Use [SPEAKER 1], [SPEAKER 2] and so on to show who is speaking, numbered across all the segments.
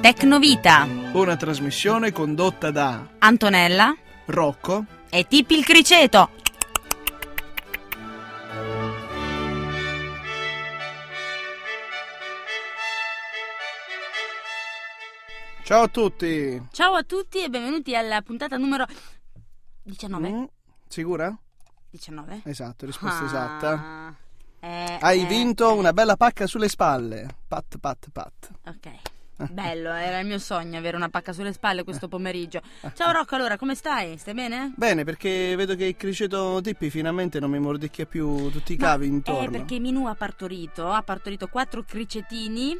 [SPEAKER 1] Tecnovita,
[SPEAKER 2] Una trasmissione condotta da
[SPEAKER 1] Antonella
[SPEAKER 2] Rocco.
[SPEAKER 1] e Tipi il Criceto.
[SPEAKER 2] Ciao a tutti.
[SPEAKER 1] Ciao a tutti e benvenuti alla puntata numero 19.
[SPEAKER 2] Mm, sicura?
[SPEAKER 1] 19?
[SPEAKER 2] Esatto, risposta esatta.
[SPEAKER 1] Ah, eh,
[SPEAKER 2] Hai
[SPEAKER 1] eh,
[SPEAKER 2] vinto
[SPEAKER 1] eh.
[SPEAKER 2] una bella pacca sulle spalle. Pat pat pat.
[SPEAKER 1] Ok. Bello, era il mio sogno avere una pacca sulle spalle questo pomeriggio. Ciao Rocco, allora come stai? Stai bene?
[SPEAKER 2] Bene, perché vedo che il criceto Tippi finalmente non mi mordicchia più tutti i
[SPEAKER 1] Ma
[SPEAKER 2] cavi intorno.
[SPEAKER 1] Eh, perché Minu ha partorito, ha partorito quattro cricetini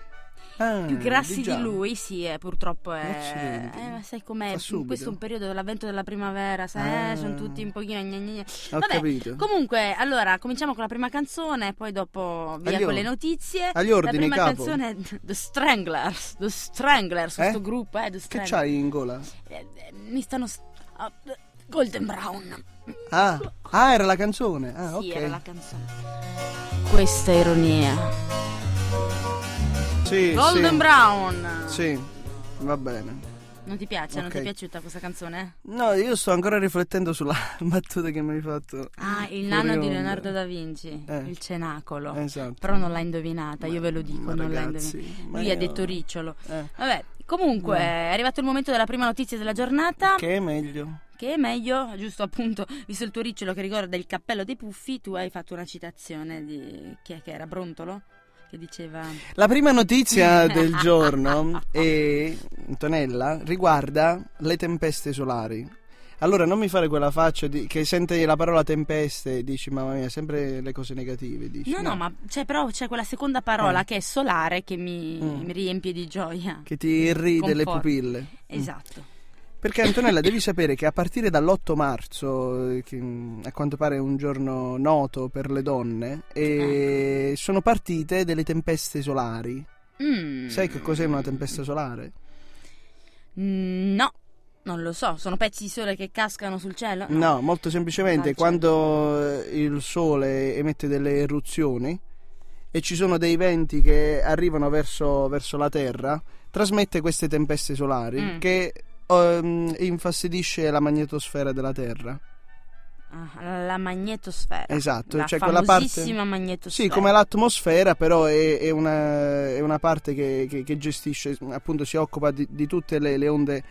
[SPEAKER 2] Ah,
[SPEAKER 1] più grassi
[SPEAKER 2] già.
[SPEAKER 1] di lui, sì, eh, purtroppo è...
[SPEAKER 2] Accidenti.
[SPEAKER 1] Eh, ma sai com'è?
[SPEAKER 2] Fa subito.
[SPEAKER 1] Questo è un periodo dell'avvento della primavera, sai?
[SPEAKER 2] Ah.
[SPEAKER 1] Sono tutti un pochino... gna gna gna.
[SPEAKER 2] Ho
[SPEAKER 1] Vabbè,
[SPEAKER 2] capito.
[SPEAKER 1] Comunque, allora, cominciamo con la prima canzone, poi dopo via
[SPEAKER 2] Agli
[SPEAKER 1] con le
[SPEAKER 2] or-
[SPEAKER 1] notizie.
[SPEAKER 2] agli
[SPEAKER 1] la
[SPEAKER 2] ordini,
[SPEAKER 1] prima
[SPEAKER 2] capo.
[SPEAKER 1] canzone è The Stranglers, The Stranglers,
[SPEAKER 2] Eh?
[SPEAKER 1] questo gruppo, eh, The
[SPEAKER 2] Che
[SPEAKER 1] Stranglers.
[SPEAKER 2] c'hai in gola?
[SPEAKER 1] Eh, eh, Mi stanno... s- ah, eh, Golden Brown.
[SPEAKER 2] Ah, ah, era la canzone. Ah,
[SPEAKER 1] sì,
[SPEAKER 2] ok.
[SPEAKER 1] era la canzone. Questa ironia.
[SPEAKER 2] Sì,
[SPEAKER 1] Golden
[SPEAKER 2] sì.
[SPEAKER 1] Brown.
[SPEAKER 2] Sì, va bene.
[SPEAKER 1] Non ti piace? Non ti è
[SPEAKER 2] Ok.
[SPEAKER 1] piaciuta questa canzone?
[SPEAKER 2] No, io sto ancora riflettendo sulla battuta che mi hai fatto.
[SPEAKER 1] Ah, il
[SPEAKER 2] fuori
[SPEAKER 1] nano di
[SPEAKER 2] onda.
[SPEAKER 1] Leonardo da Vinci,
[SPEAKER 2] Eh.
[SPEAKER 1] il cenacolo.
[SPEAKER 2] Esatto.
[SPEAKER 1] Però non l'ha indovinata, io ve lo dico,
[SPEAKER 2] Ma
[SPEAKER 1] non l'ha
[SPEAKER 2] ragazzi,
[SPEAKER 1] indovinata.
[SPEAKER 2] ma
[SPEAKER 1] Lui ha
[SPEAKER 2] io-
[SPEAKER 1] detto ricciolo.
[SPEAKER 2] Eh,
[SPEAKER 1] Vabbè, comunque è arrivato il momento della prima notizia della giornata.
[SPEAKER 2] che è meglio.
[SPEAKER 1] Che è meglio, giusto appunto, visto il tuo ricciolo che ricorda il cappello dei puffi, tu hai fatto una citazione di chi è che era Brontolo? Che diceva.
[SPEAKER 2] La prima notizia del giorno, è, Antonella, riguarda le tempeste solari. Allora, non mi fare quella faccia di- che sente la parola tempeste e dici, mamma mia, sempre le cose negative. Dici,
[SPEAKER 1] No, no, ma c'è però c'è quella seconda parola
[SPEAKER 2] Eh.
[SPEAKER 1] che è solare che mi,
[SPEAKER 2] Mm.
[SPEAKER 1] mi riempie di gioia.
[SPEAKER 2] Che ti irride le
[SPEAKER 1] Conforta.
[SPEAKER 2] pupille. Mm.
[SPEAKER 1] Esatto.
[SPEAKER 2] Perché Antonella devi sapere che a partire dall'8 marzo, eh, che mm, a quanto pare è un giorno noto per le donne, e
[SPEAKER 1] Ecco.
[SPEAKER 2] sono partite delle tempeste solari.
[SPEAKER 1] Mm.
[SPEAKER 2] Sai che cos'è una tempesta solare?
[SPEAKER 1] Mm, No, non lo so. Sono pezzi di sole che cascano sul cielo?
[SPEAKER 2] No, molto
[SPEAKER 1] Dal
[SPEAKER 2] semplicemente quando eh, il sole emette delle eruzioni e ci sono dei venti che arrivano verso, verso la Terra, trasmette queste tempeste solari
[SPEAKER 1] Mm.
[SPEAKER 2] che ehm, infastidisce la magnetosfera della Terra.
[SPEAKER 1] Ah, la- la magnetosfera.
[SPEAKER 2] Esatto,
[SPEAKER 1] la
[SPEAKER 2] cioè quella parte-
[SPEAKER 1] famosissima magnetosfera.
[SPEAKER 2] Sì, come l'atmosfera, però è, è una, è una parte che, che- che gestisce, appunto, si occupa di, di tutte le, le onde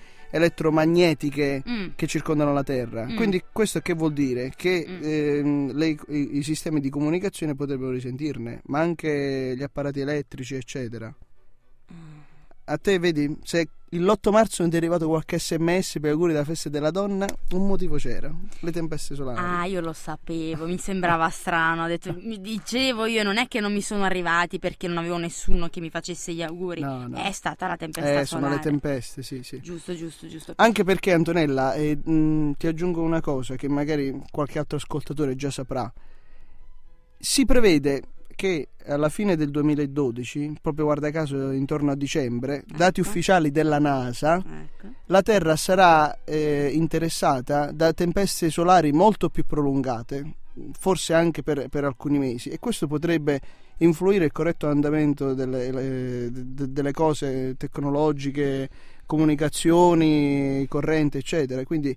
[SPEAKER 2] elettromagnetiche
[SPEAKER 1] Mm.
[SPEAKER 2] che circondano la Terra.
[SPEAKER 1] Mm.
[SPEAKER 2] Quindi, questo che vuol dire? Che
[SPEAKER 1] Mm.
[SPEAKER 2] ehm, le- i, i sistemi di comunicazione potrebbero risentirne, ma anche gli apparati elettrici, eccetera.
[SPEAKER 1] Mm.
[SPEAKER 2] A te, vedi, se l'8 marzo non ti è arrivato qualche sms per auguri da festa della donna, un motivo c'era: le tempeste solari.
[SPEAKER 1] Ah, io lo sapevo, mi sembrava strano. Ho detto, mi dicevo io, non è che non mi sono arrivati perché non avevo nessuno che mi facesse gli auguri.
[SPEAKER 2] No, no.
[SPEAKER 1] È stata la tempesta
[SPEAKER 2] eh, sono
[SPEAKER 1] solare.
[SPEAKER 2] le Ah, tempeste, sì, sì.
[SPEAKER 1] Giusto, giusto, giusto.
[SPEAKER 2] Anche perché Antonella, eh, mh, ti aggiungo una cosa che magari qualche altro ascoltatore già saprà. Si prevede che alla fine del 2012, proprio guarda caso intorno a dicembre, dati
[SPEAKER 1] Ecco.
[SPEAKER 2] ufficiali della NASA,
[SPEAKER 1] Ecco.
[SPEAKER 2] la Terra sarà eh, interessata da tempeste solari molto più prolungate, forse anche per, per alcuni mesi, e questo potrebbe influire il corretto andamento delle, le- de- delle cose tecnologiche, comunicazioni, corrente, eccetera. Quindi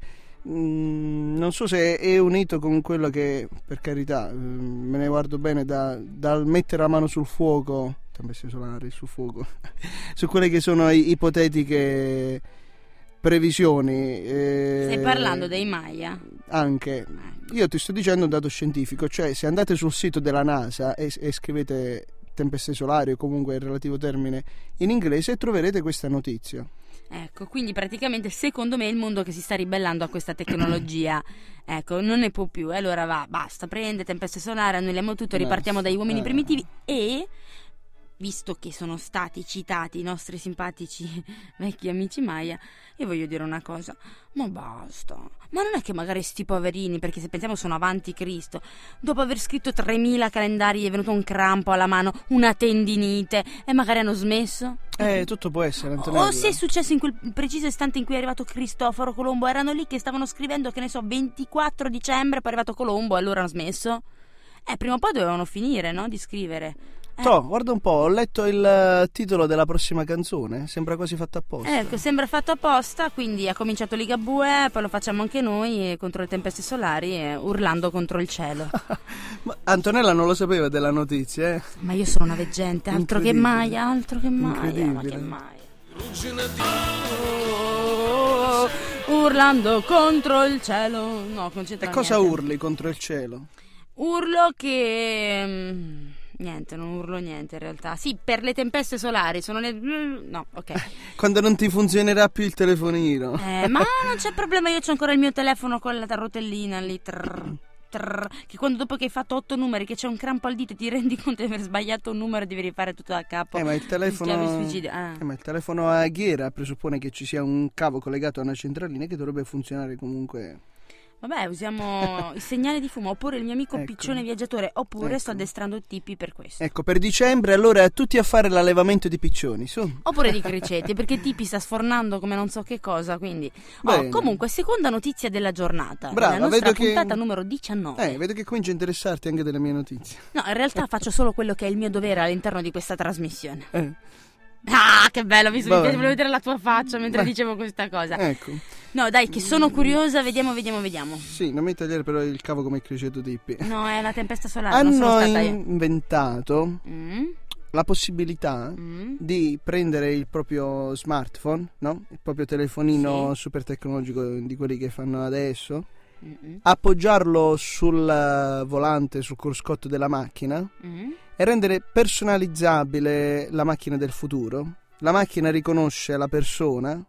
[SPEAKER 2] mm, non so se è unito con quello che, per carità, mm, me ne guardo bene da- dal mettere la mano sul fuoco, tempeste solari sul fuoco, su quelle che sono i- ipotetiche previsioni. eh,
[SPEAKER 1] Stai parlando dei Maya?
[SPEAKER 2] Anche. Io ti sto dicendo un dato scientifico, cioè se andate sul sito della NASA e, e scrivete tempeste solari o comunque il relativo termine in inglese troverete questa notizia.
[SPEAKER 1] Ecco, quindi praticamente secondo me è il mondo che si sta ribellando a questa tecnologia. ecco, non ne può più. E allora va, basta, prende tempeste solari, annulliamo tutto, ripartiamo
[SPEAKER 2] Basta,
[SPEAKER 1] dai uomini
[SPEAKER 2] eh.
[SPEAKER 1] primitivi e visto che sono stati citati i nostri simpatici vecchi amici Maya, io voglio dire una cosa, ma basta. Ma non è che magari sti poverini, perché se pensiamo sono avanti Cristo, dopo aver scritto 3000 calendari gli è venuto un crampo alla mano, una tendinite e magari hanno smesso?
[SPEAKER 2] Eh, tutto può essere, Antonella.
[SPEAKER 1] O se è successo in quel preciso istante in cui è arrivato Cristoforo Colombo, erano lì che stavano scrivendo, che ne so, 24 dicembre, poi è arrivato Colombo e allora hanno smesso. Eh, prima o poi dovevano finire, no? Di scrivere.
[SPEAKER 2] Toh, guarda un po', ho letto il eh, titolo della prossima canzone, sembra quasi fatta apposta.
[SPEAKER 1] Ecco, sembra fatto apposta, quindi ha cominciato Ligabue, poi lo facciamo anche noi eh, contro le tempeste solari, eh, urlando contro il cielo.
[SPEAKER 2] Ma Antonella non lo sapeva della notizia, eh?
[SPEAKER 1] Ma io sono una veggente, altro che
[SPEAKER 2] Incredibile.
[SPEAKER 1] Maia, altro che Maia, ma che
[SPEAKER 2] Incredibile.
[SPEAKER 1] Maia. Oh, Urlando contro il cielo. No, non c'entra
[SPEAKER 2] E cosa
[SPEAKER 1] niente.
[SPEAKER 2] urli contro il cielo?
[SPEAKER 1] Urlo che... mm, Niente, non urlo niente in realtà. Sì, per le tempeste solari sono le... mm, No, ok.
[SPEAKER 2] Quando non ti funzionerà più il telefonino.
[SPEAKER 1] Eh, ma non c'è problema, io c'ho ancora il mio telefono con la rotellina lì. trrr, trrr, che quando dopo che hai fatto otto numeri, che c'è un crampo al dito, ti rendi conto di aver sbagliato un numero, devi rifare tutto da capo.
[SPEAKER 2] Eh, ma il
[SPEAKER 1] Schiavi
[SPEAKER 2] telefono.
[SPEAKER 1] suicida, ah.
[SPEAKER 2] Eh, ma il telefono a ghiera presuppone che ci sia un cavo collegato a una centralina che dovrebbe funzionare comunque.
[SPEAKER 1] Vabbè, usiamo il segnale di fumo, oppure il mio amico
[SPEAKER 2] Ecco.
[SPEAKER 1] piccione viaggiatore, oppure sto
[SPEAKER 2] Ecco.
[SPEAKER 1] addestrando tipi per questo.
[SPEAKER 2] Ecco, per dicembre allora tutti a fare l'allevamento di piccioni, su.
[SPEAKER 1] Oppure di criceti, perché Tipi sta sfornando come non so che cosa, quindi... Oh,
[SPEAKER 2] Bene.
[SPEAKER 1] comunque, seconda notizia della giornata. la
[SPEAKER 2] Brava,
[SPEAKER 1] nostra
[SPEAKER 2] vedo che-
[SPEAKER 1] puntata numero 19.
[SPEAKER 2] Eh, vedo che cominci a interessarti anche delle mie notizie.
[SPEAKER 1] No, in realtà faccio solo quello che è il mio dovere all'interno di questa trasmissione.
[SPEAKER 2] Eh,
[SPEAKER 1] Ah, che bello, mi sono
[SPEAKER 2] Vabbè.
[SPEAKER 1] piace, volevo vedere la tua faccia mentre
[SPEAKER 2] Beh.
[SPEAKER 1] dicevo questa cosa.
[SPEAKER 2] ecco.
[SPEAKER 1] No, dai, che sono curiosa, vediamo, vediamo, vediamo.
[SPEAKER 2] Sì, non mi tagliare però il cavo come il criceto Tippi.
[SPEAKER 1] No, è la tempesta solare, non sono
[SPEAKER 2] Hanno
[SPEAKER 1] stata io.
[SPEAKER 2] inventato
[SPEAKER 1] Mm,
[SPEAKER 2] la possibilità
[SPEAKER 1] mm.
[SPEAKER 2] di prendere il proprio smartphone, no? Il proprio telefonino super tecnologico di quelli che fanno adesso,
[SPEAKER 1] mm,
[SPEAKER 2] appoggiarlo sul eh, volante, sul cruscotto della macchina
[SPEAKER 1] mm.
[SPEAKER 2] e rendere personalizzabile la macchina del futuro. La macchina riconosce la persona, il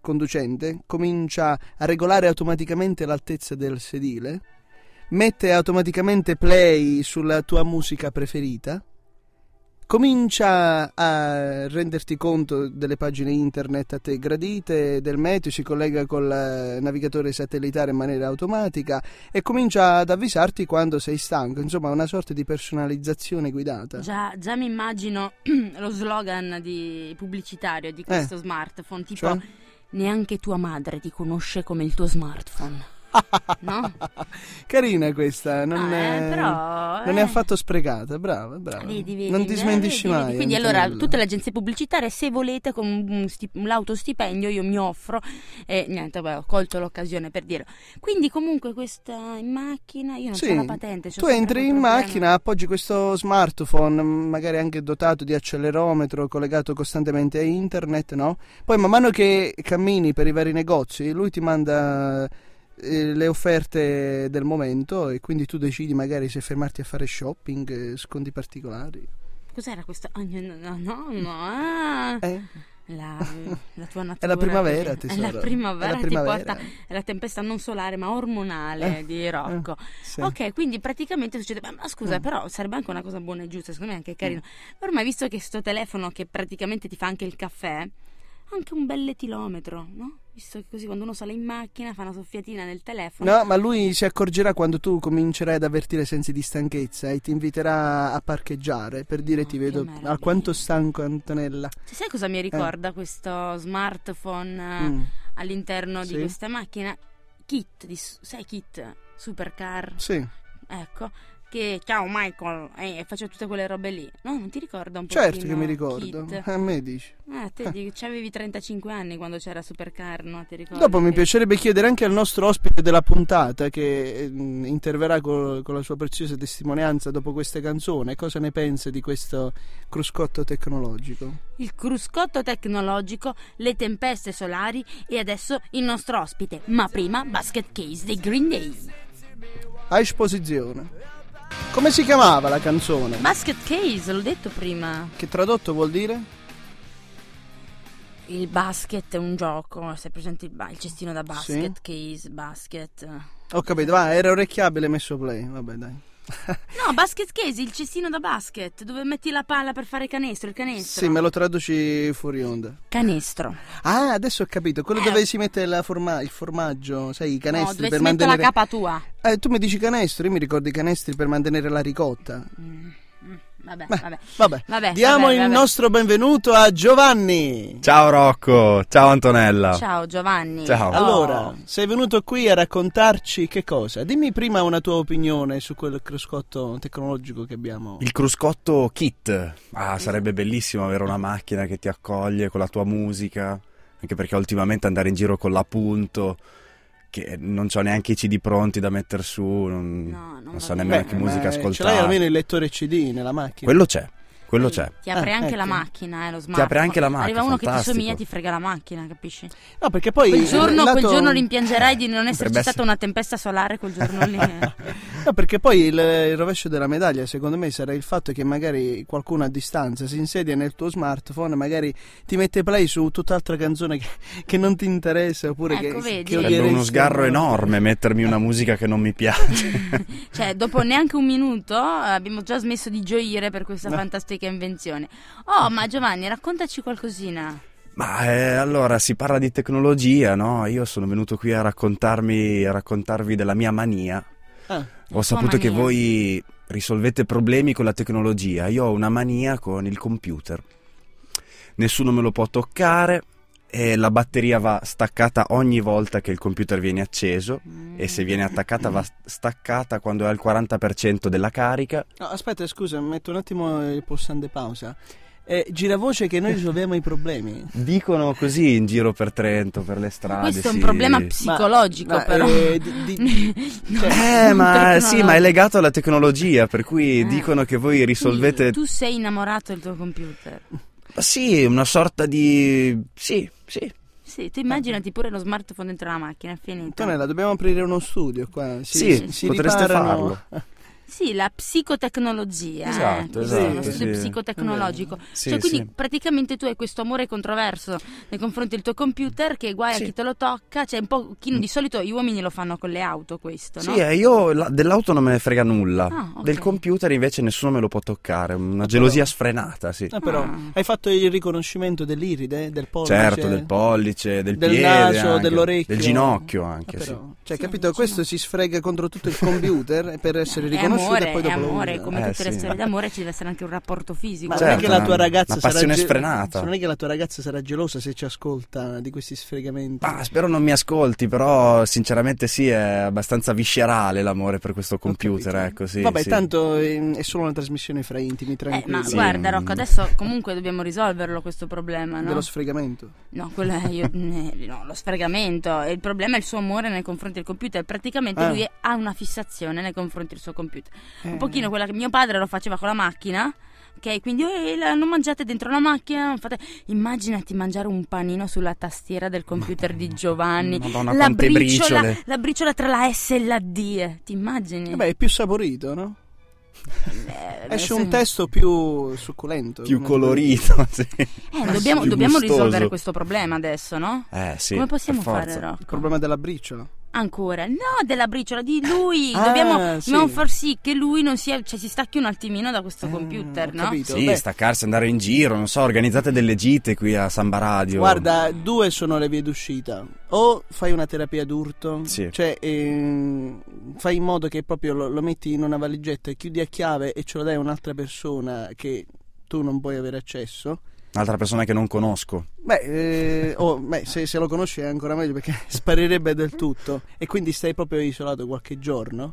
[SPEAKER 2] conducente, comincia a regolare automaticamente l'altezza del sedile, mette automaticamente play sulla tua musica preferita, comincia a renderti conto delle pagine internet a te gradite, del meteo, si collega col eh, navigatore satellitare in maniera automatica e comincia ad avvisarti quando sei stanco, insomma una sorta di personalizzazione guidata.
[SPEAKER 1] Già, già mi immagino lo slogan di pubblicitario di questo smartphone, tipo
[SPEAKER 2] Eh. Cioè?
[SPEAKER 1] neanche tua madre ti conosce come il tuo smartphone. No?
[SPEAKER 2] Carina questa, non,
[SPEAKER 1] Ah,
[SPEAKER 2] è,
[SPEAKER 1] eh, però,
[SPEAKER 2] non è
[SPEAKER 1] eh.
[SPEAKER 2] affatto sprecata, brava, brava.
[SPEAKER 1] Vedi, vedi,
[SPEAKER 2] non ti
[SPEAKER 1] eh,
[SPEAKER 2] smentisci
[SPEAKER 1] vedi,
[SPEAKER 2] mai.
[SPEAKER 1] vedi. Quindi allora,
[SPEAKER 2] Antonella.
[SPEAKER 1] tutte le agenzie pubblicitarie, se volete, con un sti- un l'autostipendio io mi offro. E niente, vabbè, ho colto l'occasione per dirlo. Quindi comunque questa in macchina, io non
[SPEAKER 2] Sì,
[SPEAKER 1] so la patente. c'ho
[SPEAKER 2] Tu
[SPEAKER 1] sempre
[SPEAKER 2] entri
[SPEAKER 1] quel
[SPEAKER 2] in
[SPEAKER 1] problema.
[SPEAKER 2] macchina, appoggi questo smartphone, mh, magari anche dotato di accelerometro, collegato costantemente a internet, no? Poi man mano che cammini per i vari negozi, lui ti manda eh, le offerte del momento e quindi tu decidi magari se fermarti a fare shopping, eh, sconti particolari.
[SPEAKER 1] Cos'era questo? Ah, no, no, no, no, ah.
[SPEAKER 2] Eh,
[SPEAKER 1] La, la tua natura.
[SPEAKER 2] è la primavera,
[SPEAKER 1] che-
[SPEAKER 2] tesoro.
[SPEAKER 1] È la primavera,
[SPEAKER 2] È la
[SPEAKER 1] ti porta. È la tempesta non solare, ma ormonale
[SPEAKER 2] Eh,
[SPEAKER 1] di Rocco.
[SPEAKER 2] Sì.
[SPEAKER 1] Ok, quindi praticamente succede. beh, Ma scusa,
[SPEAKER 2] Mm.
[SPEAKER 1] però sarebbe anche una cosa buona e giusta, secondo me è anche carino. Ormai, visto che sto telefono che praticamente ti fa anche il caffè, anche un bel etilometro, no? Visto che così quando uno sale in macchina fa una soffiatina nel telefono.
[SPEAKER 2] No, ma lui si accorgerà quando tu comincerai ad avvertire sensi di stanchezza e ti inviterà a parcheggiare per dire
[SPEAKER 1] No,
[SPEAKER 2] ti
[SPEAKER 1] che
[SPEAKER 2] vedo
[SPEAKER 1] meraviglia."
[SPEAKER 2] alquanto stanco Antonella.
[SPEAKER 1] Cioè, sai cosa mi ricorda questo smartphone eh,
[SPEAKER 2] Eh. Mm.
[SPEAKER 1] all'interno di
[SPEAKER 2] Sì.
[SPEAKER 1] questa macchina? Kit, di, su- sai Kit? Supercar,
[SPEAKER 2] Sì.
[SPEAKER 1] ecco. Che ciao Michael, e faceva tutte quelle robe lì. No, non ti ricorda un po'?
[SPEAKER 2] Certo che mi ricordo.
[SPEAKER 1] Kit.
[SPEAKER 2] A me dici.
[SPEAKER 1] Ah, te dico, avevi 35 anni quando c'era Supercar, no? Ti ricordi?
[SPEAKER 2] Dopo mi
[SPEAKER 1] Che-
[SPEAKER 2] piacerebbe chiedere anche al nostro ospite della puntata che ehm, interverrà col- con la sua preziosa testimonianza dopo questa canzone cosa ne pensa di questo cruscotto tecnologico.
[SPEAKER 1] Il cruscotto tecnologico, le tempeste solari e adesso il nostro ospite. Ma prima, Basket Case dei Green Day.
[SPEAKER 2] A esposizione. Come si chiamava la canzone?
[SPEAKER 1] Basket Case, l'ho detto prima.
[SPEAKER 2] Che tradotto vuol dire?
[SPEAKER 1] Il basket è un gioco, sei presente il, ba- il cestino da basket, case, basket. No,
[SPEAKER 2] Ho capito, va, era orecchiabile messo play. Vabbè, dai.
[SPEAKER 1] basket case, il cestino da basket, dove metti la palla per fare canestro, il canestro.
[SPEAKER 2] Sì, me lo traduci fuori onda.
[SPEAKER 1] Canestro.
[SPEAKER 2] Ah, adesso ho capito. Quello
[SPEAKER 1] Eh.
[SPEAKER 2] dove si mette la forma- il formaggio, sai, i
[SPEAKER 1] No,
[SPEAKER 2] canestri
[SPEAKER 1] dove
[SPEAKER 2] per
[SPEAKER 1] si mette la
[SPEAKER 2] mantenere.
[SPEAKER 1] capa tua.
[SPEAKER 2] Eh, tu mi dici canestro, io mi ricordo i canestri per mantenere la ricotta.
[SPEAKER 1] Mm, mm, vabbè,
[SPEAKER 2] Beh,
[SPEAKER 1] vabbè.
[SPEAKER 2] Vabbè,
[SPEAKER 1] Vabbè,
[SPEAKER 2] diamo
[SPEAKER 1] vabbè,
[SPEAKER 2] il
[SPEAKER 1] vabbè.
[SPEAKER 2] nostro benvenuto a Giovanni.
[SPEAKER 3] Ciao Rocco, ciao Antonella.
[SPEAKER 1] Ciao Giovanni.
[SPEAKER 3] Ciao.
[SPEAKER 1] Oh.
[SPEAKER 2] Allora, sei venuto qui a raccontarci che cosa? Dimmi prima una tua opinione su quel cruscotto tecnologico che abbiamo.
[SPEAKER 3] Il cruscotto kit. Ah, sarebbe bellissimo avere una macchina che ti accoglie con la tua musica. Anche perché ultimamente andare in giro con l'appunto, che non c'ho neanche i CD pronti da mettere su, non,
[SPEAKER 1] No, non
[SPEAKER 3] non so
[SPEAKER 1] va bene.
[SPEAKER 3] nemmeno
[SPEAKER 1] Beh,
[SPEAKER 3] che musica
[SPEAKER 2] ma Ce l'hai
[SPEAKER 3] ascoltare.
[SPEAKER 2] almeno il lettore CD nella macchina.
[SPEAKER 3] Quello c'è, quello c'è.
[SPEAKER 1] Ti apre
[SPEAKER 2] Ah,
[SPEAKER 1] anche la
[SPEAKER 2] ecco.
[SPEAKER 1] macchina, eh, lo smartphone.
[SPEAKER 3] apre anche la
[SPEAKER 1] Arriva
[SPEAKER 3] macchina,
[SPEAKER 1] uno che
[SPEAKER 3] fantastico.
[SPEAKER 1] ti somiglia e ti frega la macchina, capisci?
[SPEAKER 2] No, perché poi
[SPEAKER 1] Quel
[SPEAKER 2] il
[SPEAKER 1] giorno, quel
[SPEAKER 2] lato-
[SPEAKER 1] giorno rimpiangerai di non esserci
[SPEAKER 3] Potrebbe
[SPEAKER 1] stata
[SPEAKER 3] essere-
[SPEAKER 1] una tempesta solare quel giorno lì.
[SPEAKER 2] No, perché poi il, il rovescio della medaglia, secondo me, sarà il fatto che magari qualcuno a distanza si insedia nel tuo smartphone, magari ti mette play su tutt'altra canzone che, che non ti interessa, oppure
[SPEAKER 1] Ecco,
[SPEAKER 2] che,
[SPEAKER 1] vedi?
[SPEAKER 2] che
[SPEAKER 3] Sarebbe
[SPEAKER 2] odieresti.
[SPEAKER 3] uno sgarro enorme mettermi una musica che non mi piace.
[SPEAKER 1] cioè, dopo neanche un minuto eh, abbiamo già smesso di gioire per questa fantastica invenzione. Oh, ma Giovanni, raccontaci qualcosina.
[SPEAKER 3] Ma eh, allora si parla di tecnologia, no? Io sono venuto qui a raccontarmi, a raccontarvi della mia mania.
[SPEAKER 2] Ah,
[SPEAKER 3] Ho saputo che voi risolvete problemi con la tecnologia. Io ho una mania con il computer. Nessuno me lo può toccare e la batteria va staccata ogni volta che il computer viene acceso
[SPEAKER 1] Mm.
[SPEAKER 3] e se viene attaccata va staccata quando è al 40% della carica.
[SPEAKER 2] no, aspetta, scusa, metto un attimo il pulsante pausa. Eh, giravoce che noi risolviamo i problemi.
[SPEAKER 3] Dicono così in giro per Trento, per le strade.
[SPEAKER 1] Questo è un
[SPEAKER 3] sì.
[SPEAKER 1] problema psicologico,
[SPEAKER 2] ma,
[SPEAKER 1] però.
[SPEAKER 2] eh, di- di-
[SPEAKER 3] Eh, ma sì, ma è
[SPEAKER 1] Tecnologico.
[SPEAKER 3] legato alla tecnologia, per cui
[SPEAKER 1] Eh.
[SPEAKER 3] dicono che voi risolvete.
[SPEAKER 1] Tu sei innamorato del tuo computer.
[SPEAKER 3] Sì, una sorta di. Sì, sì.
[SPEAKER 1] Sì,
[SPEAKER 2] Eh.
[SPEAKER 1] tu immaginati pure lo smartphone dentro la macchina, è finito.
[SPEAKER 2] Antonella, dobbiamo aprire uno studio qua. Si-
[SPEAKER 3] Sì,
[SPEAKER 2] si- si
[SPEAKER 3] potreste
[SPEAKER 2] riparano-
[SPEAKER 3] farlo.
[SPEAKER 1] Sì, la psicotecnologia.
[SPEAKER 3] Esatto,
[SPEAKER 1] eh, questo è uno
[SPEAKER 2] esatto,
[SPEAKER 1] studio
[SPEAKER 3] sì.
[SPEAKER 1] psicotecnologico.
[SPEAKER 3] Sì,
[SPEAKER 1] cioè, quindi
[SPEAKER 3] sì.
[SPEAKER 1] praticamente tu hai questo amore controverso nei confronti del tuo computer che guai
[SPEAKER 3] Sì.
[SPEAKER 1] a chi te lo tocca. Cioè, un po' chi-
[SPEAKER 2] Mm.
[SPEAKER 1] di solito gli uomini lo fanno con le auto questo, no?
[SPEAKER 3] Sì, eh, io la- dell'auto non me ne frega nulla.
[SPEAKER 1] Ah, ok.
[SPEAKER 3] Del computer invece nessuno me lo può toccare. Una gelosia sfrenata, sì.
[SPEAKER 2] No, però,
[SPEAKER 1] Ah.
[SPEAKER 2] hai fatto il riconoscimento dell'iride, del pollice?
[SPEAKER 3] Certo, del pollice, del,
[SPEAKER 2] del
[SPEAKER 3] piede
[SPEAKER 2] naso,
[SPEAKER 3] anche,
[SPEAKER 2] dell'orecchio.
[SPEAKER 3] del ginocchio anche,
[SPEAKER 2] Ah,
[SPEAKER 3] sì.
[SPEAKER 2] però. Cioè,
[SPEAKER 1] Sì,
[SPEAKER 2] capito?
[SPEAKER 1] dici
[SPEAKER 2] Questo
[SPEAKER 1] no.
[SPEAKER 2] si sfrega contro tutto il computer per essere
[SPEAKER 1] È
[SPEAKER 2] riconosciuto
[SPEAKER 1] amore,
[SPEAKER 2] e poi
[SPEAKER 1] è
[SPEAKER 2] dopo lo
[SPEAKER 1] amore,
[SPEAKER 2] usa.
[SPEAKER 1] come
[SPEAKER 3] Eh,
[SPEAKER 1] tutte le
[SPEAKER 3] sì.
[SPEAKER 1] storie d'amore ci deve essere anche un rapporto fisico.
[SPEAKER 2] Ma
[SPEAKER 3] Certo,
[SPEAKER 2] non è che la tua
[SPEAKER 3] una-
[SPEAKER 2] ragazza
[SPEAKER 3] una
[SPEAKER 2] sarà
[SPEAKER 3] passione
[SPEAKER 2] ge-
[SPEAKER 3] sfrenata.
[SPEAKER 2] Non è che la tua ragazza sarà gelosa se ci ascolta di questi sfregamenti.
[SPEAKER 3] Ma spero non mi ascolti, però sinceramente sì, è abbastanza viscerale l'amore per questo computer,
[SPEAKER 2] capito.
[SPEAKER 3] ecco, sì.
[SPEAKER 2] Vabbè,
[SPEAKER 3] sì.
[SPEAKER 2] tanto ehm, è solo una trasmissione fra intimi,
[SPEAKER 1] Eh,
[SPEAKER 2] tranquilli.
[SPEAKER 1] ma
[SPEAKER 3] Sì.
[SPEAKER 1] guarda Rocco, adesso comunque dobbiamo risolverlo questo problema, no?
[SPEAKER 2] Dello sfregamento.
[SPEAKER 1] No, quello è io- ne- no, lo sfregamento. Il problema è il suo amore nei confronti del computer. Praticamente
[SPEAKER 3] Eh.
[SPEAKER 2] Ah.
[SPEAKER 1] lui è- ha una fissazione nei confronti del suo computer.
[SPEAKER 2] Eh.
[SPEAKER 1] Un pochino quella che mio padre lo faceva con la macchina. Ok, quindi "Eh, la- non mangiate dentro la macchina. non fate-". Immaginati mangiare un panino sulla tastiera del computer di Giovanni.
[SPEAKER 3] Madonna,
[SPEAKER 1] la,
[SPEAKER 3] quante
[SPEAKER 1] briciola,
[SPEAKER 3] briciole.
[SPEAKER 1] la briciola tra la S e la D. eh. Ti immagini?
[SPEAKER 2] Vabbè, è più saporito, no?
[SPEAKER 1] Eh,
[SPEAKER 2] Esce
[SPEAKER 1] adesso-
[SPEAKER 2] un testo più succulento.
[SPEAKER 3] Più
[SPEAKER 2] come-
[SPEAKER 3] colorito, sì.
[SPEAKER 1] Eh, dobbiamo,
[SPEAKER 3] più
[SPEAKER 1] dobbiamo
[SPEAKER 3] gustoso.
[SPEAKER 1] risolvere questo problema adesso, no?
[SPEAKER 3] Eh, sì.
[SPEAKER 1] Come possiamo
[SPEAKER 3] per forza.
[SPEAKER 1] fare, Rocco?
[SPEAKER 2] Il problema della briciola.
[SPEAKER 1] Ancora, no, della briciola di lui.
[SPEAKER 2] Ah,
[SPEAKER 1] dobbiamo,
[SPEAKER 2] sì.
[SPEAKER 1] dobbiamo far sì che lui non sia, cioè si stacchi un attimino da questo
[SPEAKER 2] Ah,
[SPEAKER 1] computer,
[SPEAKER 2] ho
[SPEAKER 1] no?
[SPEAKER 2] capito.
[SPEAKER 3] Sì,
[SPEAKER 2] Beh,
[SPEAKER 3] staccarsi, andare in giro, non so, organizzate delle gite qui a Samba Radio.
[SPEAKER 2] Guarda, due sono le vie d'uscita. O fai una terapia d'urto,
[SPEAKER 3] Sì.
[SPEAKER 2] cioè ehm, fai in modo che proprio lo, lo metti in una valigetta, chiudi a chiave e ce lo dai a un'altra persona che tu non puoi avere accesso.
[SPEAKER 3] Un'altra persona che non conosco.
[SPEAKER 2] Beh, eh, o, beh, se, se lo conosci è ancora meglio perché sparirebbe del tutto e quindi stai proprio isolato qualche giorno.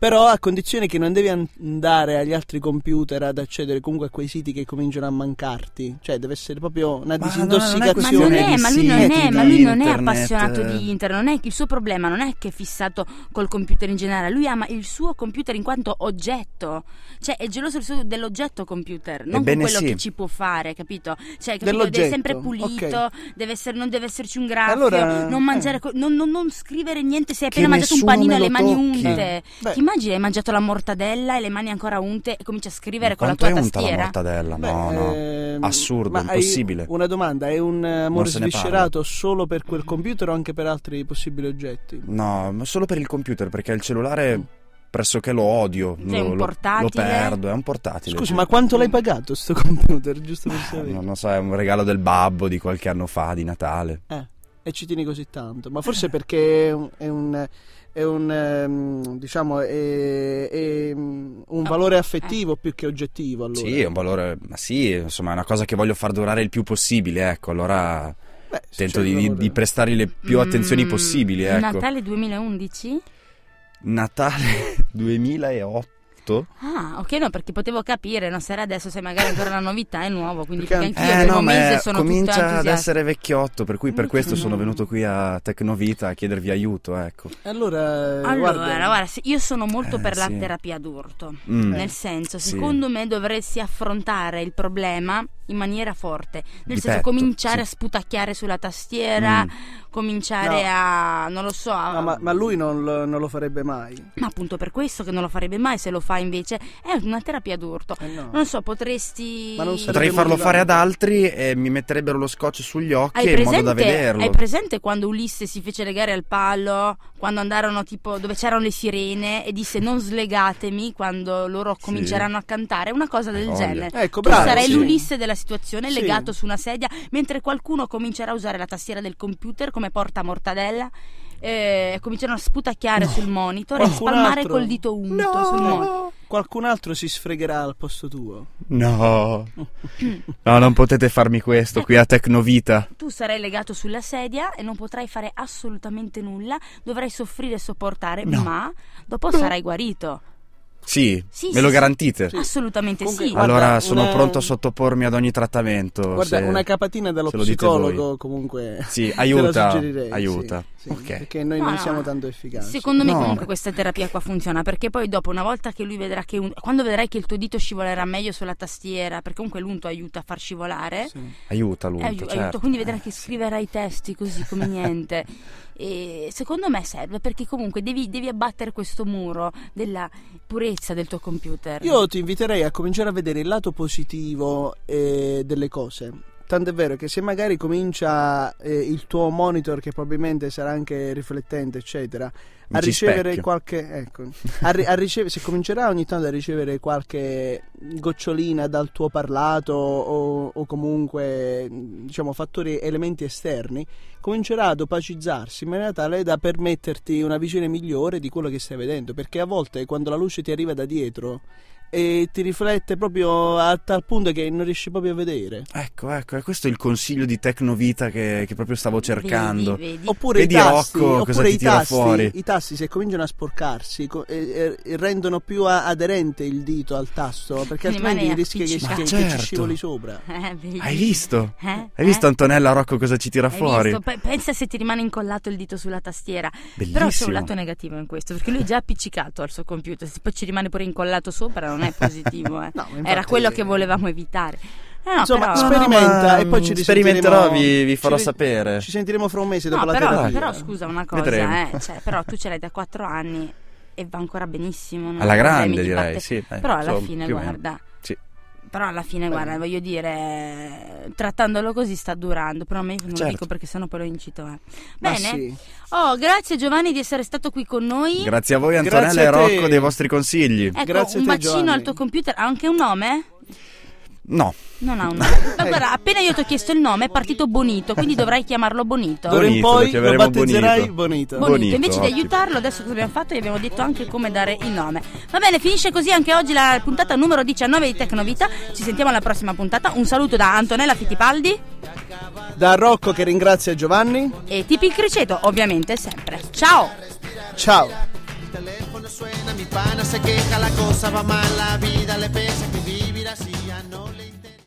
[SPEAKER 2] Però a condizione che non devi an- andare agli altri computer ad accedere comunque a quei siti che cominciano a mancarti. Cioè deve essere proprio una
[SPEAKER 3] Ma no, no, non
[SPEAKER 1] Ma non
[SPEAKER 2] disintossicazione.
[SPEAKER 3] è questione
[SPEAKER 1] è,
[SPEAKER 3] di
[SPEAKER 1] ma lui non è,
[SPEAKER 3] siti,
[SPEAKER 1] ma
[SPEAKER 3] di
[SPEAKER 1] lui non è
[SPEAKER 3] internet.
[SPEAKER 1] appassionato di internet, non è che il suo problema non è che è fissato col computer in generale, lui ama il suo computer in quanto oggetto, cioè è geloso del suo- dell'oggetto computer, non di
[SPEAKER 3] Ebbene
[SPEAKER 1] quello
[SPEAKER 3] sì.
[SPEAKER 1] che ci può fare, capito? Cioè, capito?
[SPEAKER 2] Dell'oggetto,
[SPEAKER 1] deve sempre pulito,
[SPEAKER 2] ok.
[SPEAKER 1] deve essere- non deve esserci un graffio,
[SPEAKER 2] Allora,
[SPEAKER 1] non,
[SPEAKER 2] eh.
[SPEAKER 1] mangiare co- non, non- non scrivere niente se hai
[SPEAKER 3] Che
[SPEAKER 1] appena mangiato un
[SPEAKER 3] nessuno
[SPEAKER 1] panino
[SPEAKER 3] me
[SPEAKER 1] e le
[SPEAKER 3] lo
[SPEAKER 1] mani
[SPEAKER 3] tocchi.
[SPEAKER 1] unte.
[SPEAKER 2] Beh.
[SPEAKER 1] Ti immagini hai mangiato la mortadella e le mani ancora unte e cominci a scrivere
[SPEAKER 3] Ma
[SPEAKER 1] con la
[SPEAKER 3] quanto
[SPEAKER 1] tua
[SPEAKER 3] è unta la
[SPEAKER 1] tastiera?
[SPEAKER 3] mortadella?
[SPEAKER 2] Beh,
[SPEAKER 3] no, no.
[SPEAKER 2] ehm,
[SPEAKER 3] Assurdo,
[SPEAKER 2] ma hai
[SPEAKER 3] impossibile.
[SPEAKER 2] Una domanda, è un eh, amore
[SPEAKER 3] se ne parla.
[SPEAKER 2] sviscerato solo per quel computer o anche per altri possibili oggetti?
[SPEAKER 3] No, ma solo per il computer, perché il cellulare pressoché lo odio.
[SPEAKER 1] Cioè,
[SPEAKER 3] lo,
[SPEAKER 1] un
[SPEAKER 3] lo-
[SPEAKER 1] portatile?
[SPEAKER 3] lo perdo, è un portatile.
[SPEAKER 2] Scusi,
[SPEAKER 3] sì.
[SPEAKER 2] ma quanto l'hai pagato sto computer? Giusto per sapere.
[SPEAKER 3] Ah, Non, non so, è un regalo del babbo di qualche anno fa, di Natale.
[SPEAKER 2] Eh, e ci tieni così tanto. Ma forse perché è un, è un, è un, ehm, diciamo, è- è, mm, un
[SPEAKER 1] Ah,
[SPEAKER 2] valore
[SPEAKER 1] eh.
[SPEAKER 2] affettivo più che oggettivo. Allora.
[SPEAKER 3] Sì, è un valore, ma sì, insomma, è una cosa che voglio far durare il più possibile, ecco, allora
[SPEAKER 2] Beh, sì,
[SPEAKER 3] tento
[SPEAKER 2] c'è
[SPEAKER 3] di,
[SPEAKER 2] un
[SPEAKER 3] di,
[SPEAKER 2] valore.
[SPEAKER 3] di prestargli le più attenzioni
[SPEAKER 1] Mm,
[SPEAKER 3] possibili, ecco.
[SPEAKER 1] Natale 2011?
[SPEAKER 3] Natale 2008?
[SPEAKER 1] Ah, ok, no, perché potevo capire, no, se era adesso, se magari ancora la novità è nuovo, quindi
[SPEAKER 2] Perché
[SPEAKER 1] perché,
[SPEAKER 2] an-
[SPEAKER 1] anch'io
[SPEAKER 3] eh
[SPEAKER 1] per
[SPEAKER 3] no,
[SPEAKER 1] un
[SPEAKER 3] ma
[SPEAKER 1] mese
[SPEAKER 3] è-
[SPEAKER 1] sono tutta
[SPEAKER 3] comincia ad
[SPEAKER 1] entusiasta.
[SPEAKER 3] essere vecchiotto, per cui per questo sono
[SPEAKER 1] Mm.
[SPEAKER 3] venuto qui a Tecnovita a chiedervi aiuto, ecco.
[SPEAKER 2] Allora,
[SPEAKER 1] Allora, guarda,
[SPEAKER 2] guarda,
[SPEAKER 1] se- io sono molto
[SPEAKER 3] Eh,
[SPEAKER 1] per la
[SPEAKER 3] sì.
[SPEAKER 1] terapia d'urto.
[SPEAKER 3] Mm.
[SPEAKER 1] Nel senso,
[SPEAKER 3] Sì.
[SPEAKER 1] secondo me dovresti affrontare il problema in maniera forte. Nel
[SPEAKER 3] Di
[SPEAKER 1] senso,
[SPEAKER 3] petto,
[SPEAKER 1] cominciare
[SPEAKER 3] sì.
[SPEAKER 1] a sputacchiare sulla tastiera,
[SPEAKER 3] Mm.
[SPEAKER 1] cominciare
[SPEAKER 2] No.
[SPEAKER 1] a. non lo so. a-
[SPEAKER 2] No, ma, ma lui non, lo- non lo farebbe mai.
[SPEAKER 1] Ma appunto per questo che non lo farebbe mai, se lo fa invece è una terapia d'urto.
[SPEAKER 2] Eh no.
[SPEAKER 1] Non so, potresti.
[SPEAKER 2] Ma non sarebbe
[SPEAKER 3] Potrei farlo
[SPEAKER 2] motivante.
[SPEAKER 3] fare ad altri e mi metterebbero lo scotch sugli occhi
[SPEAKER 1] Hai
[SPEAKER 3] in modo da
[SPEAKER 1] presente,
[SPEAKER 3] vederlo.
[SPEAKER 1] hai presente quando Ulisse si fece legare al palo? Quando andarono tipo dove c'erano le sirene e disse non slegatemi quando loro cominceranno a cantare, una cosa del
[SPEAKER 3] Hai voglia. Eh,
[SPEAKER 1] genere.
[SPEAKER 2] Ecco,
[SPEAKER 1] Tu
[SPEAKER 2] bravo.
[SPEAKER 1] sarai
[SPEAKER 3] sì.
[SPEAKER 1] l'Ulisse della situazione
[SPEAKER 2] Sì.
[SPEAKER 1] legato su una sedia mentre qualcuno comincerà a usare la tastiera del computer come porta mortadella eh, e cominceranno a sputacchiare sul monitor
[SPEAKER 2] Qualcun
[SPEAKER 1] e spalmare
[SPEAKER 2] altro?
[SPEAKER 1] col dito unto sul monitor.
[SPEAKER 2] Qualcun altro si sfregherà al posto tuo.
[SPEAKER 3] No. no, non potete farmi questo qui a Tecnovita.
[SPEAKER 1] Tu sarai legato sulla sedia e non potrai fare assolutamente nulla, dovrai soffrire e sopportare,
[SPEAKER 3] No.
[SPEAKER 1] ma dopo sarai guarito.
[SPEAKER 3] Sì,
[SPEAKER 1] Sì,
[SPEAKER 3] me
[SPEAKER 1] sì,
[SPEAKER 3] lo
[SPEAKER 1] sì.
[SPEAKER 3] garantite.
[SPEAKER 2] Sì.
[SPEAKER 1] Assolutamente
[SPEAKER 2] Comunque,
[SPEAKER 1] sì.
[SPEAKER 2] guarda,
[SPEAKER 3] allora sono
[SPEAKER 2] una-
[SPEAKER 3] pronto a sottopormi ad ogni trattamento.
[SPEAKER 2] Guarda,
[SPEAKER 3] se-
[SPEAKER 2] una capatina dallo
[SPEAKER 3] se lo dite voi.
[SPEAKER 2] psicologo comunque.
[SPEAKER 3] Sì,
[SPEAKER 2] te
[SPEAKER 3] aiuta.
[SPEAKER 2] la suggerirei,
[SPEAKER 3] aiuta.
[SPEAKER 2] sì, sì,
[SPEAKER 3] ok.
[SPEAKER 2] Perché noi
[SPEAKER 1] No,
[SPEAKER 2] non
[SPEAKER 1] no,
[SPEAKER 2] siamo
[SPEAKER 1] no.
[SPEAKER 2] tanto efficaci.
[SPEAKER 1] Secondo me
[SPEAKER 3] No.
[SPEAKER 1] comunque questa terapia qua funziona perché poi dopo una volta che lui vedrà che un- quando vedrai che il tuo dito scivolerà meglio sulla tastiera, perché comunque l'unto aiuta a far scivolare,
[SPEAKER 2] Sì.
[SPEAKER 3] Aiuta l'unto,
[SPEAKER 1] eh, aiu-
[SPEAKER 3] certo.
[SPEAKER 1] aiuta, quindi vedrai
[SPEAKER 3] Eh,
[SPEAKER 1] che
[SPEAKER 3] sì.
[SPEAKER 1] scriverà i testi così come niente. E secondo me serve perché comunque devi, devi abbattere questo muro della purezza del tuo computer.
[SPEAKER 2] Io ti inviterei a cominciare a vedere il lato positivo eh, delle cose. Tant'è vero che se magari comincia eh, il tuo monitor, che probabilmente sarà anche riflettente, eccetera, a
[SPEAKER 3] Mi ci
[SPEAKER 2] ricevere
[SPEAKER 3] specchio.
[SPEAKER 2] qualche. Ecco, a ri- a riceve- se comincerà ogni tanto a ricevere qualche gocciolina dal tuo parlato o, o comunque mh, diciamo fattori elementi esterni, comincerà ad opacizzarsi in maniera tale da permetterti una visione migliore di quello che stai vedendo. Perché a volte quando la luce ti arriva da dietro e ti riflette proprio a tal punto che non riesci proprio a vedere.
[SPEAKER 3] Ecco, ecco, e questo è il consiglio di Tecnovita che, che proprio stavo cercando.
[SPEAKER 1] Vedi, vedi.
[SPEAKER 2] Oppure
[SPEAKER 3] Vedi
[SPEAKER 2] i tasti,
[SPEAKER 3] Rocco cosa
[SPEAKER 2] oppure
[SPEAKER 3] ti
[SPEAKER 2] i
[SPEAKER 3] tira
[SPEAKER 2] tasti,
[SPEAKER 3] fuori.
[SPEAKER 2] i tasti se cominciano a sporcarsi co- e- e- e rendono più a- aderente il dito al tasto perché
[SPEAKER 1] Rimane
[SPEAKER 2] altrimenti rischia che,
[SPEAKER 1] appiccicato.
[SPEAKER 2] che-
[SPEAKER 3] Ma
[SPEAKER 2] che ci
[SPEAKER 3] certo.
[SPEAKER 2] scivoli sopra.
[SPEAKER 1] Eh, vedi.
[SPEAKER 3] Hai visto?
[SPEAKER 1] Eh?
[SPEAKER 3] Hai visto
[SPEAKER 1] Eh?
[SPEAKER 3] Antonella Rocco cosa ci tira
[SPEAKER 1] Hai
[SPEAKER 3] fuori?
[SPEAKER 1] visto? Pe- pensa se ti rimane incollato il dito sulla tastiera. Però c'è un
[SPEAKER 3] Bellissimo.
[SPEAKER 1] lato negativo in questo, perché lui è già appiccicato al suo computer, se poi ci rimane pure incollato sopra non è positivo. eh.
[SPEAKER 2] No, ma
[SPEAKER 1] Era
[SPEAKER 2] infatti-
[SPEAKER 1] quello che volevamo evitare. No, no,
[SPEAKER 2] Insomma,
[SPEAKER 1] però,
[SPEAKER 3] speri-
[SPEAKER 2] sperimenta
[SPEAKER 3] ma,
[SPEAKER 2] e poi ci
[SPEAKER 3] mm,
[SPEAKER 2] risentiremo.
[SPEAKER 3] sperimenterò, vi- vi
[SPEAKER 2] ci
[SPEAKER 3] farò sapere.
[SPEAKER 2] Ci sentiremo fra un mese
[SPEAKER 1] no,
[SPEAKER 2] dopo la
[SPEAKER 1] però,
[SPEAKER 2] terapia.
[SPEAKER 1] però scusa una cosa,
[SPEAKER 3] Vedremo.
[SPEAKER 1] eh, cioè, però tu ce l'hai da 4 anni e va ancora benissimo. non
[SPEAKER 3] Alla
[SPEAKER 1] hai problemi
[SPEAKER 3] grande
[SPEAKER 1] di
[SPEAKER 3] direi,
[SPEAKER 1] batte-
[SPEAKER 3] sì. dai,
[SPEAKER 1] Però alla
[SPEAKER 3] insomma,
[SPEAKER 1] fine,
[SPEAKER 3] più o meno.
[SPEAKER 1] guarda.
[SPEAKER 3] Sì.
[SPEAKER 1] Però alla fine, guarda, voglio dire, eh, trattandolo così sta durando, però a me non lo
[SPEAKER 3] Certo.
[SPEAKER 1] dico perché sennò poi lo incito. eh.
[SPEAKER 2] Ma
[SPEAKER 1] Bene,
[SPEAKER 2] sì.
[SPEAKER 1] Oh, grazie Giovanni di essere stato qui con noi.
[SPEAKER 3] Grazie a voi
[SPEAKER 2] Grazie
[SPEAKER 3] Antonella
[SPEAKER 2] a
[SPEAKER 3] e
[SPEAKER 2] te.
[SPEAKER 3] Rocco dei vostri consigli.
[SPEAKER 1] ecco,
[SPEAKER 2] grazie a
[SPEAKER 1] un
[SPEAKER 2] te,
[SPEAKER 1] bacino
[SPEAKER 2] Giovanni.
[SPEAKER 1] al tuo computer. Ha anche un nome?
[SPEAKER 3] No,
[SPEAKER 1] Non ha un nome.
[SPEAKER 2] Eh.
[SPEAKER 1] Ma guarda, appena io ti ho chiesto il nome è partito Bonito, quindi dovrai chiamarlo Bonito.
[SPEAKER 2] D'ora in
[SPEAKER 3] Bonito, lo
[SPEAKER 2] poi lo
[SPEAKER 3] chiameremo
[SPEAKER 2] battezzerai Bonito.
[SPEAKER 3] Bonito.
[SPEAKER 1] Bonito.
[SPEAKER 3] Bonito,
[SPEAKER 1] invece
[SPEAKER 3] ottimo.
[SPEAKER 1] di aiutarlo, adesso cosa abbiamo fatto? Gli abbiamo detto anche come dare il nome. Va bene, finisce così anche oggi la puntata numero 19 di Tecnovita. Ci sentiamo alla prossima puntata. Un saluto da Antonella Fittipaldi
[SPEAKER 2] Da Rocco che ringrazia Giovanni.
[SPEAKER 1] e Tipi il Criceto, ovviamente, sempre. Ciao!
[SPEAKER 2] Ciao.
[SPEAKER 4] El teléfono suena, mi pana se queja, la cosa va mal, la vida le pesa. que